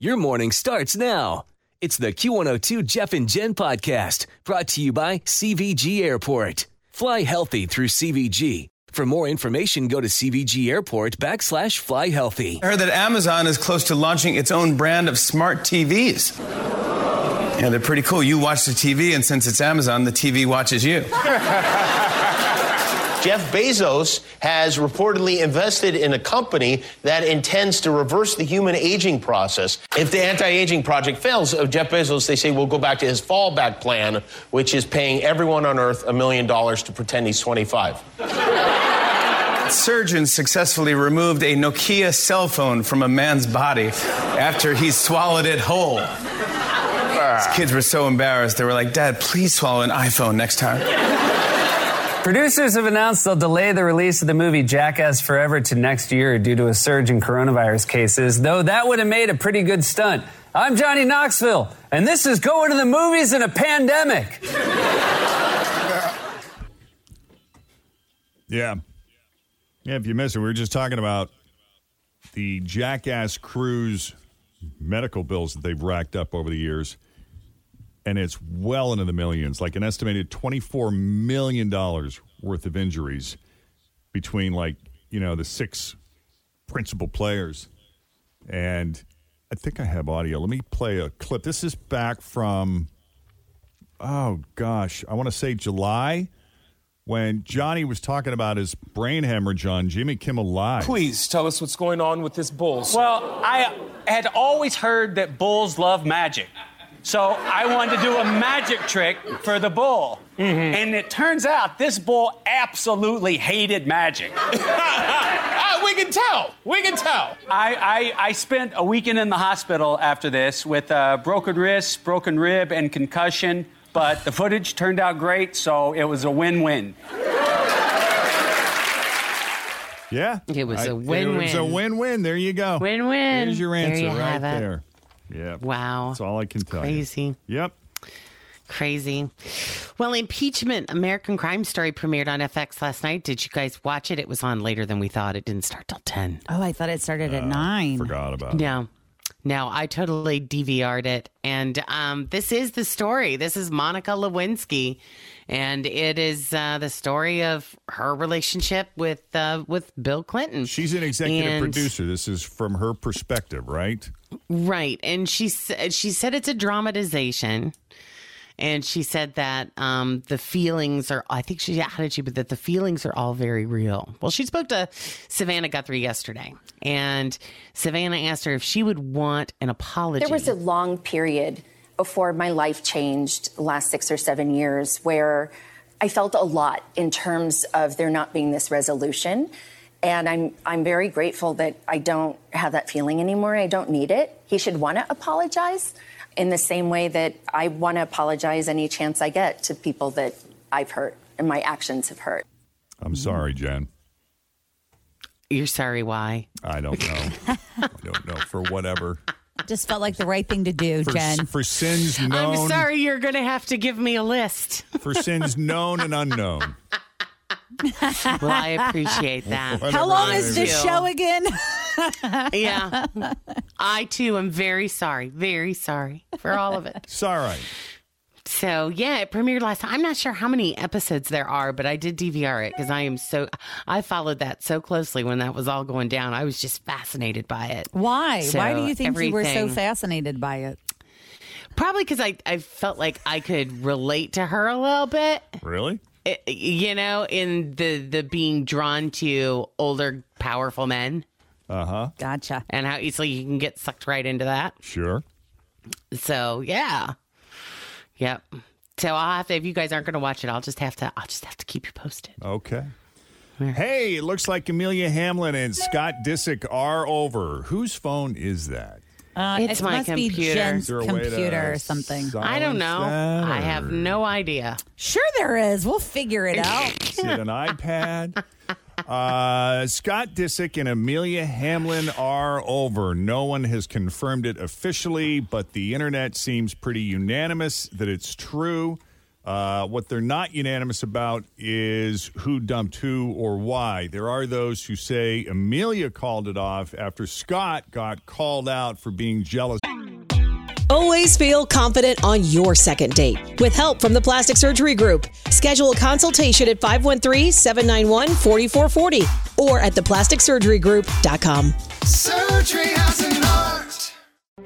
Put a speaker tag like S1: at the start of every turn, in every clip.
S1: Your morning starts now. It's the Q102 Jeff and Jen podcast brought to you by CVG Airport. Fly healthy through CVG. For more information, go to CVG Airport backslash fly healthy.
S2: I heard that Amazon is close to launching its own brand of smart TVs. Yeah, they're pretty cool. You watch the TV, and since it's Amazon, the TV watches you.
S3: Jeff Bezos has reportedly invested in a company that intends to reverse the human aging process. If the anti aging project fails of Jeff Bezos, they say we'll go back to his fallback plan, which is paying everyone on earth a million dollars to pretend he's 25.
S2: Surgeons successfully removed a Nokia cell phone from a man's body after he swallowed it whole. His kids were so embarrassed, they were like, Dad, please swallow an iPhone next time.
S4: Producers have announced they'll delay the release of the movie Jackass Forever to next year due to a surge in coronavirus cases, though that would have made a pretty good stunt. I'm Johnny Knoxville, and this is going to the movies in a pandemic.
S5: Yeah. Yeah, if you missed it, we were just talking about the Jackass Cruise medical bills that they've racked up over the years and it's well into the millions, like an estimated $24 million worth of injuries between, like, you know, the six principal players. And I think I have audio. Let me play a clip. This is back from, oh gosh, I want to say July when Johnny was talking about his brain hemorrhage on Jimmy Kimmel Live.
S6: Please tell us what's going on with this Bulls.
S7: Well, I had always heard that Bulls love magic. So I wanted to do a magic trick for the bull. Mm-hmm. And it turns out this bull absolutely hated magic.
S6: ah, we can tell. We can tell.
S7: I, I, I, spent a weekend in the hospital after this with uh, broken wrist, broken rib, and concussion. But the footage turned out great, so it was a win win.
S5: Yeah.
S8: It was I, a win win.
S5: It was a win win. There you go.
S8: Win win.
S5: There's your answer
S8: there you
S5: right there. Yeah.
S8: Wow.
S5: That's all I can tell
S8: Crazy.
S5: you. Yep.
S8: Crazy. Well, impeachment American Crime Story premiered on FX last night. Did you guys watch it? It was on later than we thought. It didn't start till 10.
S9: Oh, I thought it started uh, at 9.
S5: Forgot about it.
S8: No. No, I totally DVR'd it. And um, this is the story. This is Monica Lewinsky. And it is uh, the story of her relationship with uh, with Bill Clinton.
S5: She's an executive and, producer. This is from her perspective, right?
S8: Right. And she, she said it's a dramatization. And she said that um, the feelings are, I think she, how did she, but that the feelings are all very real. Well, she spoke to Savannah Guthrie yesterday, and Savannah asked her if she would want an apology.
S10: There was a long period before my life changed, last six or seven years, where I felt a lot in terms of there not being this resolution. And I'm, I'm very grateful that I don't have that feeling anymore. I don't need it. He should want to apologize in the same way that I want to apologize any chance I get to people that I've hurt and my actions have hurt.
S5: I'm sorry, Jen.
S8: You're sorry, why?
S5: I don't know. I don't know. For whatever.
S9: Just felt like the right thing to do,
S5: for,
S9: Jen.
S5: For sins known.
S8: I'm sorry, you're going to have to give me a list.
S5: for sins known and unknown.
S8: well, I appreciate that.
S9: How long is this show again?
S8: yeah. I too am very sorry, very sorry for all of it.
S5: It's all right.
S8: So yeah, it premiered last time. I'm not sure how many episodes there are, but I did DVR it because I am so I followed that so closely when that was all going down. I was just fascinated by it.
S9: Why? So Why do you think everything... you were so fascinated by it?
S8: Probably because I, I felt like I could relate to her a little bit.
S5: Really?
S8: It, you know, in the the being drawn to older, powerful men.
S5: Uh huh.
S9: Gotcha.
S8: And how easily you can get sucked right into that.
S5: Sure.
S8: So yeah, yep. So I'll have to. If you guys aren't going to watch it, I'll just have to. I'll just have to keep you posted.
S5: Okay. Right. Hey, it looks like Amelia Hamlin and Scott Disick are over. Whose phone is that?
S8: Uh,
S11: it's
S8: it
S11: my
S8: must be
S11: computer.
S8: Jen's computer or something.
S11: I don't know. I have no idea.
S8: Sure, there is. We'll figure it out.
S5: Is it an iPad? Uh, Scott Disick and Amelia Hamlin are over. No one has confirmed it officially, but the internet seems pretty unanimous that it's true. Uh, what they're not unanimous about is who dumped who or why. There are those who say Amelia called it off after Scott got called out for being jealous.
S12: Always feel confident on your second date. With help from the Plastic Surgery Group, schedule a consultation at 513 791 4440 or at theplasticsurgerygroup.com.
S13: Surgery has an art.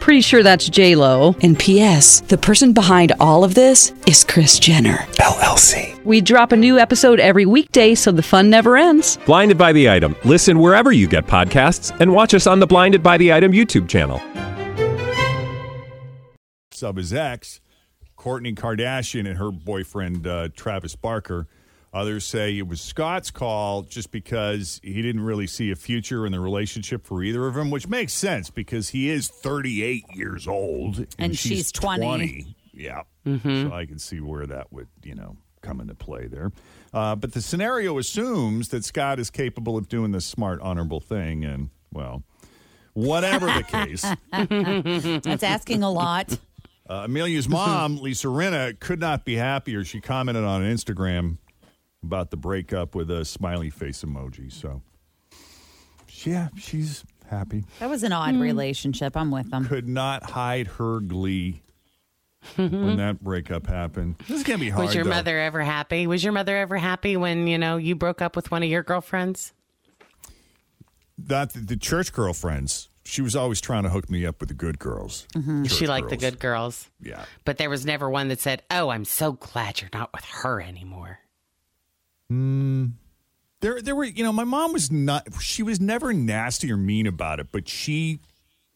S14: Pretty sure that's J Lo. And P.S. The person behind all of this is Chris Jenner LLC. We drop a new episode every weekday, so the fun never ends.
S15: Blinded by the item. Listen wherever you get podcasts, and watch us on the Blinded by the Item YouTube channel.
S5: sub his ex, Courtney Kardashian and her boyfriend uh, Travis Barker. Others say it was Scott's call just because he didn't really see a future in the relationship for either of them, which makes sense because he is 38 years old and,
S8: And she's 20.
S5: Yeah. So I can see where that would, you know, come into play there. Uh, but the scenario assumes that Scott is capable of doing this smart, honorable thing. And, well, whatever the case.
S8: That's asking a lot.
S5: Uh, Amelia's mom, Lisa Rinna, could not be happier. She commented on Instagram about the breakup with a smiley face emoji. So, yeah, she's happy.
S8: That was an odd
S5: Hmm.
S8: relationship. I'm with them.
S5: Could not hide her glee when that breakup happened. This is going to be hard.
S11: Was your
S5: though.
S11: mother ever happy? Was your mother ever happy when you know you broke up with one of your girlfriends?
S5: Not the, the church girlfriends. She was always trying to hook me up with the good girls.
S11: She liked the good girls.
S5: Yeah.
S11: But there was never one that said, "Oh, I'm so glad you're not with her anymore."
S5: Mm. There, there were, you know, my mom was not, she was never nasty or mean about it, but she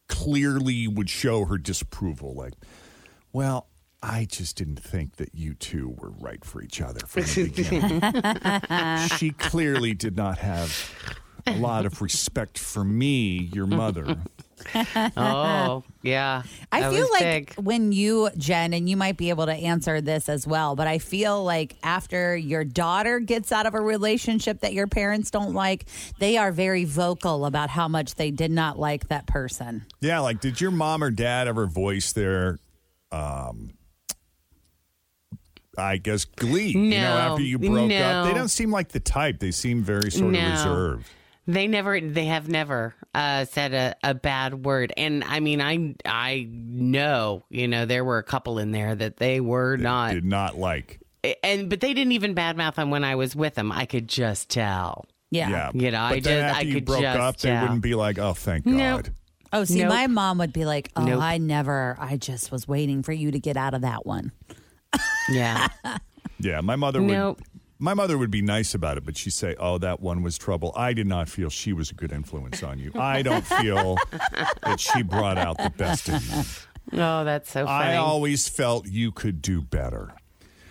S5: clearly would show her disapproval. Like, well, I just didn't think that you two were right for each other from the beginning. she clearly did not have a lot of respect for me, your mother.
S11: Oh, yeah.
S8: I
S11: That
S8: feel
S11: was big.
S8: like when you, Jen, and you might be able to answer this as well, but I feel like after your daughter gets out of a relationship that your parents don't like, they are very vocal about how much they did not like that person.
S5: Yeah, like, did your mom or dad ever voice their, um, I guess glee. you know, after you
S11: No,
S5: broke
S11: no.
S5: up, they don't seem like the type. They seem very sort
S11: No.
S5: of reserved.
S11: They never, they have never uh, said a, a bad word, and I mean, I I know, you know, there were a couple in there that they were not
S5: did not like,
S11: and but they didn't even badmouth them when I was with them. I could just tell. you know,
S5: but
S11: I
S5: then
S11: just
S5: after
S11: I
S5: you
S11: could
S5: broke
S11: just
S5: up, they
S11: tell.
S5: wouldn't be like, oh, thank
S11: Nope.
S5: God.
S8: Oh, see,
S11: Nope.
S8: my mom would be like, "Oh,
S11: Nope.
S8: I never. I just was waiting for you to get out of that one."
S11: Yeah.
S5: Yeah, my mother would.
S8: Nope.
S5: My mother would be nice about it, but she'd say, "Oh, that one was trouble. I did not feel she was a good influence on you. I don't feel that she brought out the best in you.
S11: Oh, that's so funny.
S5: I always felt you could do better."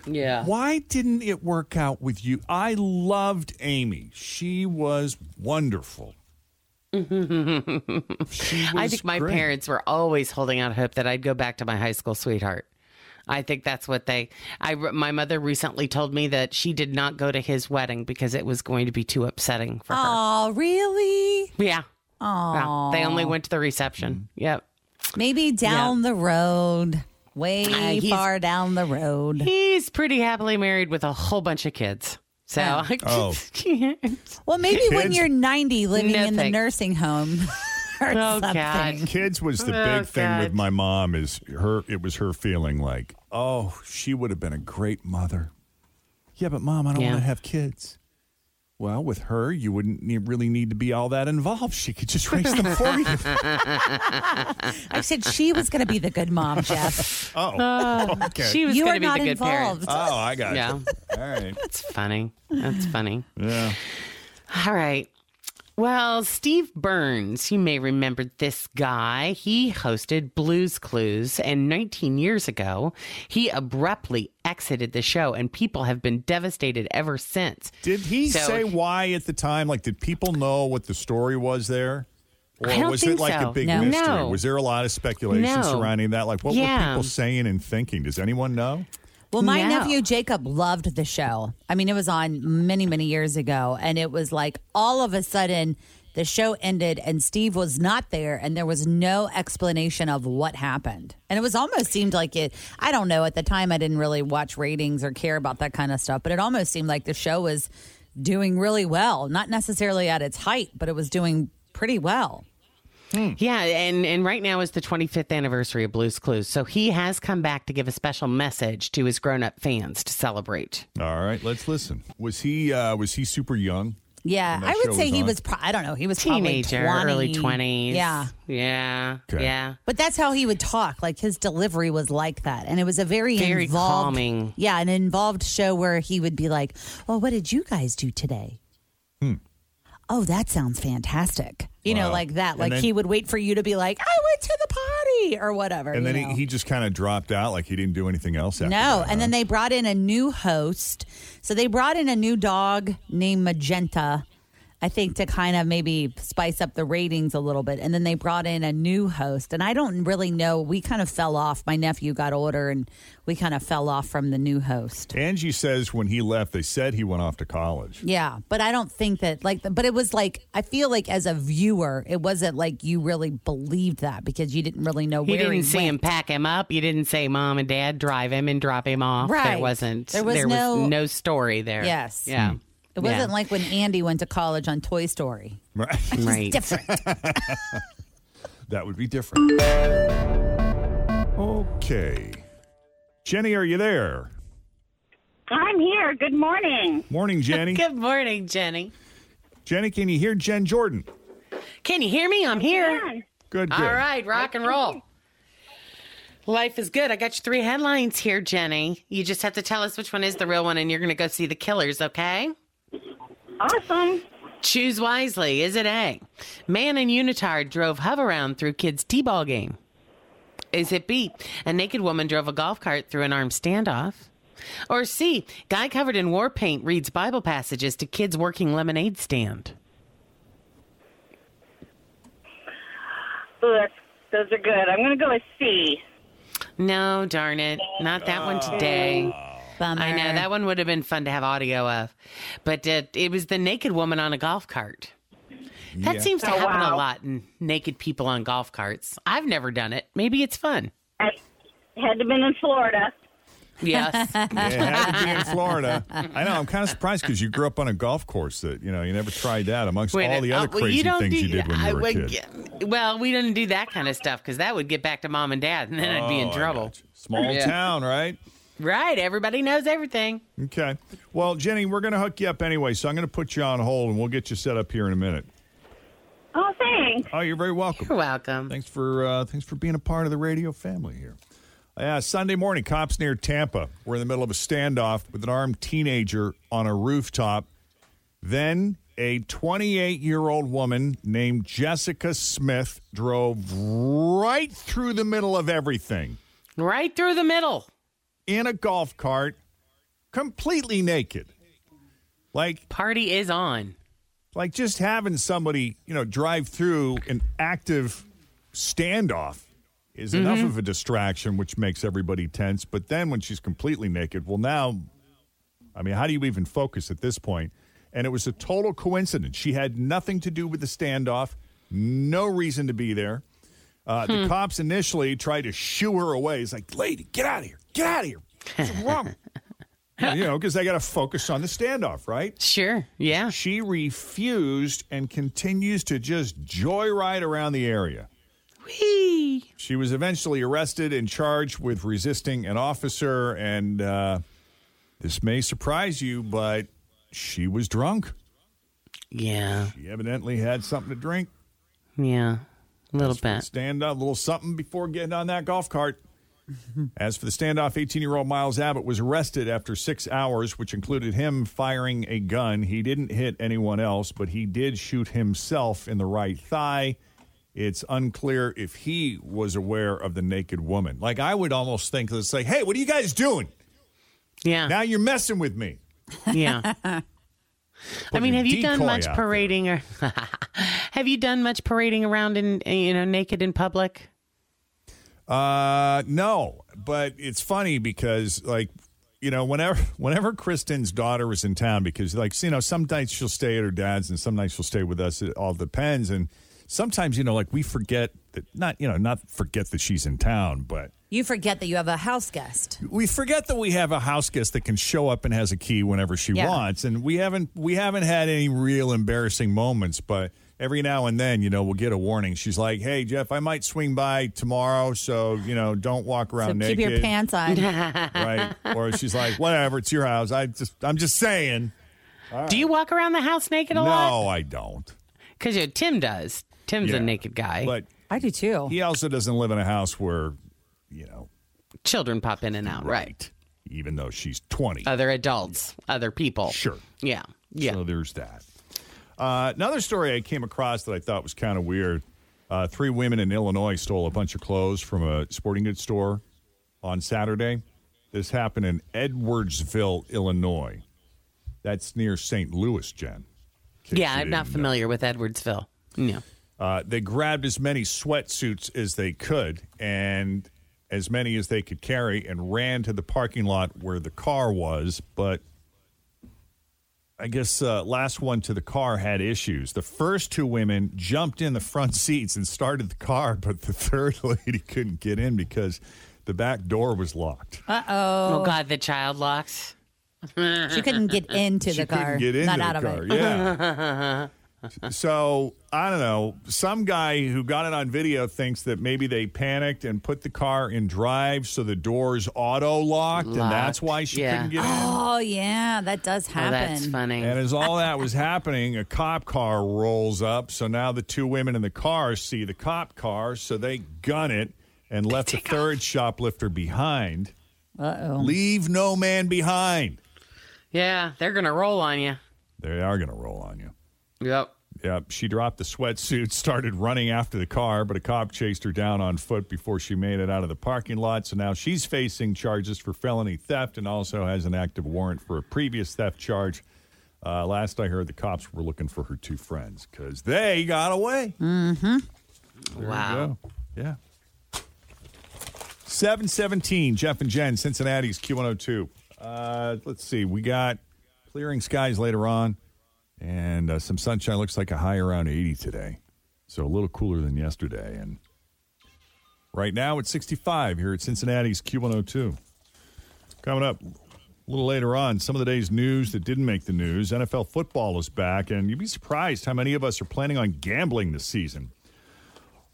S11: yeah.
S5: Why didn't it work out with you? I loved Amy. She was wonderful.
S11: I
S5: was
S11: think my
S5: great.
S11: parents were always holding out hope that I'd go back to my high school sweetheart. I think that's what they. I my mother recently told me that she did not go to his wedding because it was going to be too upsetting for her.
S8: Oh, really?
S11: Yeah.
S8: Oh,
S11: Yeah. They only went to the reception. Yep.
S8: Maybe down the road, way
S11: Ah, he's-
S8: far down the road.
S11: He's pretty happily married with a whole bunch of kids. So I
S8: Oh.
S11: just-
S8: Well, maybe when
S11: Kids?
S8: you're 90 living
S11: No,
S8: in the
S11: thanks. Oh,
S8: nursing home or something.
S5: Kids was the
S8: Oh,
S5: big thing with
S8: God.
S5: my mom is her it was her feeling like, "Oh, she would have been a great mother." Yeah, but mom, I don't
S16: Yeah.
S5: want to have kids. Well, with her, you wouldn't need, really need to be all that involved. She could just raise them for you.
S8: I said she was going to be the good mom, Jeff. Uh,
S5: Oh, okay.
S11: She was
S8: You
S11: going
S8: are
S11: to be
S8: not
S11: the good parent.
S8: involved. Oh,
S5: I got it.
S11: yeah.
S5: All right.
S11: That's funny. That's funny.
S5: Yeah.
S11: All right. Well, Steve Burns, you may remember this guy. He hosted Blues Clues, and 19 years ago, he abruptly exited the show, and people have been devastated ever since.
S5: Did he
S11: So-
S5: say why at the time? Like, did people know what the story was there? Or
S11: I don't
S5: was
S11: think
S5: it like
S11: so.
S5: a big
S11: No.
S5: mystery?
S11: No.
S5: Was there a lot of speculation
S8: No.
S5: surrounding that? Like, what
S8: Yeah.
S5: were people saying and thinking? Does anyone know?
S8: Well, my
S5: No.
S8: nephew Jacob loved the show. I mean, it was on many, many years ago, and it was like all of a sudden the show ended and Steve was not there, and there was no explanation of what happened. And it was almost seemed like it, I don't know, at the time I didn't really watch ratings or care about that kind of stuff, but it almost seemed like the show was doing really well, not necessarily at its height, but it was doing pretty well.
S11: Yeah, and, and right now is the 25th anniversary of Blues Clues, so he has come back to give a special message to his grown up fans to celebrate.
S5: All right, let's listen. Was he uh, was he super young?
S8: Yeah,
S5: when that
S8: I
S5: show
S8: would say
S5: was
S8: he
S5: on?
S8: was, pro- I don't know, he was
S11: Teenager,
S8: probably 20.
S11: early 20s.
S8: Yeah.
S11: Yeah. Yeah.
S8: But that's how he would talk. Like his delivery was like that, and it was a very
S11: Very
S8: involved,
S11: calming.
S8: Yeah, an involved show where he would be like, "Well, what did you guys do today? Oh, that sounds fantastic. You know,
S5: Wow.
S8: like that.
S5: And
S8: Like
S5: then-
S8: he would wait for you to be like, "I went to the party" or whatever.
S5: And
S8: you
S5: then
S8: know?
S5: he, he just kind of dropped out, like he didn't do anything else. After
S8: No, and then they brought in a new host. So they brought in a new dog named Magenta, I think, to kind of maybe spice up the ratings a little bit. And then they brought in a new host. And I don't really know. We kind of fell off. My nephew got older and we kind of fell off from the new host.
S5: Angie says when he left, they said he went off to college.
S8: Yeah, but I don't think that like, but it was like I feel like as a viewer, it wasn't like you really believed that because you didn't really know
S11: You
S8: where
S11: didn't
S8: he
S11: see
S8: went.
S11: him pack him up. You didn't say mom and dad drive him and drop him off.
S8: Right.
S11: There wasn't.
S8: There was no-
S11: story there.
S8: Yes. Hmm.
S11: Yeah.
S8: It wasn't
S11: Yeah.
S8: like when Andy went to college on Toy Story.
S5: Right.
S8: Right. different.
S5: That would be different. Okay. Jenny, are you there?
S16: I'm here. Good morning.
S5: Morning, Jenny.
S11: Good morning, Jenny.
S5: Jenny, can you hear Jen Jordan?
S11: Can you hear me? I'm here.
S5: Good,
S11: All
S5: good.
S11: right, rock and roll. Life is good. I got you three headlines here, Jenny. You just have to tell us which one is the real one, and you're going to go see the killers, okay?
S16: Awesome.
S11: Choose wisely. Is it A? Man in unitard drove hover round through kids' t-ball game. Is it B? A naked woman drove a golf cart through an armed standoff. Or C? Guy covered in war paint reads Bible passages to kids working lemonade stand.
S16: Ooh, that's, those are good. I'm going to go with C.
S11: No, darn it. Not that one today.
S5: Oh.
S11: I know that one would have been fun to have audio of, but uh, it was the naked woman on a golf cart. That
S16: Yeah.
S11: seems to
S16: Oh,
S11: happen a
S16: wow.
S11: lot in naked people on golf carts. I've never done it. Maybe it's fun.
S16: Had to been in Florida.
S11: Yes.
S5: Yeah, it had to be in Florida. I know. I'm kind of surprised because you grew up on a golf course that you know you never tried that amongst
S11: Wait a
S5: all the
S11: minute.
S5: other
S11: Oh, well,
S5: crazy
S11: don't
S5: things
S11: do-
S5: you did when you
S11: I-
S5: were a
S11: well,
S5: kid.
S11: yeah. Well, we didn't do that kind of stuff because that would get back to mom and dad, and then I'd be
S5: Oh,
S11: in
S5: I
S11: trouble.
S5: Small
S11: Yeah.
S5: town, right?
S11: Right. Everybody knows everything.
S5: Okay. Well, Jenny, we're going to hook you up anyway, so I'm going to put you on hold and we'll get you set up here in a minute.
S16: Oh, thanks.
S5: Oh, you're very welcome.
S11: You're welcome.
S5: Thanks for uh, thanks for being a part of the radio family here. Uh, Sunday morning, cops near Tampa were in the middle of a standoff with an armed teenager on a rooftop. Then a 28 year old woman named Jessica Smith drove right through the middle of everything.
S11: Right through the middle.
S5: In a golf cart, completely naked. Like
S11: party is on.
S5: Like just having somebody, you know, drive through an active standoff is enough
S17: Mhm.
S5: of a distraction which makes everybody tense, but then when she's completely naked, well now I mean, how do you even focus at this point? And it was a total coincidence. She had nothing to do with the standoff, no reason to be there. Uh, The
S17: Hmm.
S5: cops initially tried to shoo her away. It's like, lady, get out of here. Get out of here. What's wrong? you know, because they got to focus on the standoff, right?
S11: Sure. Yeah.
S5: She refused and continues to just joyride around the area.
S11: Whee!
S5: She was eventually arrested and charged with resisting an officer. And uh, this may surprise you, but she was drunk.
S11: Yeah.
S5: She evidently had something to drink.
S11: Yeah. A little bit.
S5: Stand up, a little something before getting on that golf cart. As for the standoff, 18 year old Miles Abbott was arrested after six hours, which included him firing a gun. He didn't hit anyone else, but he did shoot himself in the right thigh. It's unclear if he was aware of the naked woman. Like, I would almost think, let's say, hey, what are you guys doing?
S11: Yeah.
S5: Now you're messing with me.
S11: Yeah. I
S5: Put
S11: mean,
S5: your
S11: have you done
S5: decoy
S11: much
S5: out there.
S11: parading or have you done much parading around in you know naked in public?
S5: Uh, no, but it's funny because like you know whenever whenever Kristen's daughter was in town because like you know some nights she'll stay at her dad's and some nights she'll stay with us. It all depends, and sometimes you know like we forget that not you know not forget that she's in town, but
S8: You forget that you have a house guest.
S5: we forget that we have a house guest that can show up and has a key whenever she
S8: Yeah.
S5: wants and we haven't we haven't had any real embarrassing moments but every now and then you know we'll get a warning she's like hey jeff i might swing by tomorrow so you know don't walk around
S8: so
S5: naked
S8: keep your pants on.
S5: right or she's like whatever it's your house i just i'm just saying
S11: Do you walk around the house naked a
S5: no
S11: lot?
S5: i don't
S11: Because Tim does. Tim's
S5: Yeah.
S11: a naked guy.
S5: but
S8: i do too
S5: he also doesn't live in a house where
S11: Children pop in and out, right?
S5: even though she's 20
S11: Other adults, other people.
S5: Sure.
S11: Yeah. Yeah.
S5: So there's that. Uh, another story I came across that I thought was kind of weird. Uh, three women in Illinois stole a bunch of clothes from a sporting goods store on Saturday. This happened in Edwardsville, Illinois. That's near St. Louis, Jen. in case
S11: Yeah,
S5: you
S11: I'm not
S5: didn't know.
S11: familiar with Edwardsville. No.
S5: Uh, they grabbed as many sweatsuits as they could and as many as they could carry and ran to the parking lot where the car was. But I guess uh, last one to the car had issues. The first two women jumped in the front seats and started the car, but the third lady couldn't get in because the back door was locked.
S8: Uh oh.
S11: Oh God, the child locks.
S8: She couldn't get into
S5: She
S8: the
S5: couldn't
S8: car.
S5: get into
S8: Not
S5: the
S8: out
S5: car,
S8: of it.
S5: yeah. So I don't know. Some guy who got it on video thinks that maybe they panicked and put the car in drive, so the doors auto locked, and that's why she couldn't get in.
S8: Oh yeah, that does happen.
S11: Oh, funny.
S5: And as all that was happening, a cop car rolls up. So now the two women in the car see the cop car, so they gun it and left the third shoplifter behind.
S8: Uh
S5: Leave no man behind.
S11: Yeah, they're gonna roll on you.
S5: They are going to roll on you.
S11: Yep.
S5: Yep. She dropped the sweatsuit, started running after the car, but a cop chased her down on foot before she made it out of the parking lot. So now she's facing charges for felony theft and also has an active warrant for a previous theft charge. Uh, last I heard, the cops were looking for her two friends because they got away.
S8: Mm-hmm.
S5: Wow. Yeah. 717, Jeff and Jen, Cincinnati's Q102. Uh, let's see. We got clearing skies later on and uh, some sunshine. Looks like a high around 80 today. So a little cooler than yesterday. And right now it's 65 here at Cincinnati's Q102. Coming up a little later on, some of the day's news that didn't make the news. NFL football is back, and you'd be surprised how many of us are planning on gambling this season.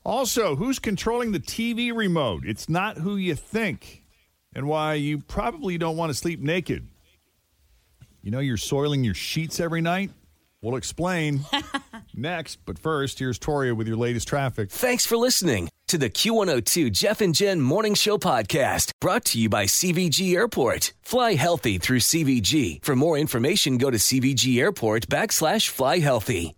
S5: Also, who's controlling the TV remote? It's not who you think, and why you probably don't want to sleep naked. You know, you're soiling your sheets every night? We'll explain next, but first, here's Toria with your latest traffic.
S1: Thanks for listening to the Q102 Jeff and Jen Morning Show podcast brought to you by CVG Airport. Fly healthy through CVG. For more information, go to CVG Airport backslash fly healthy.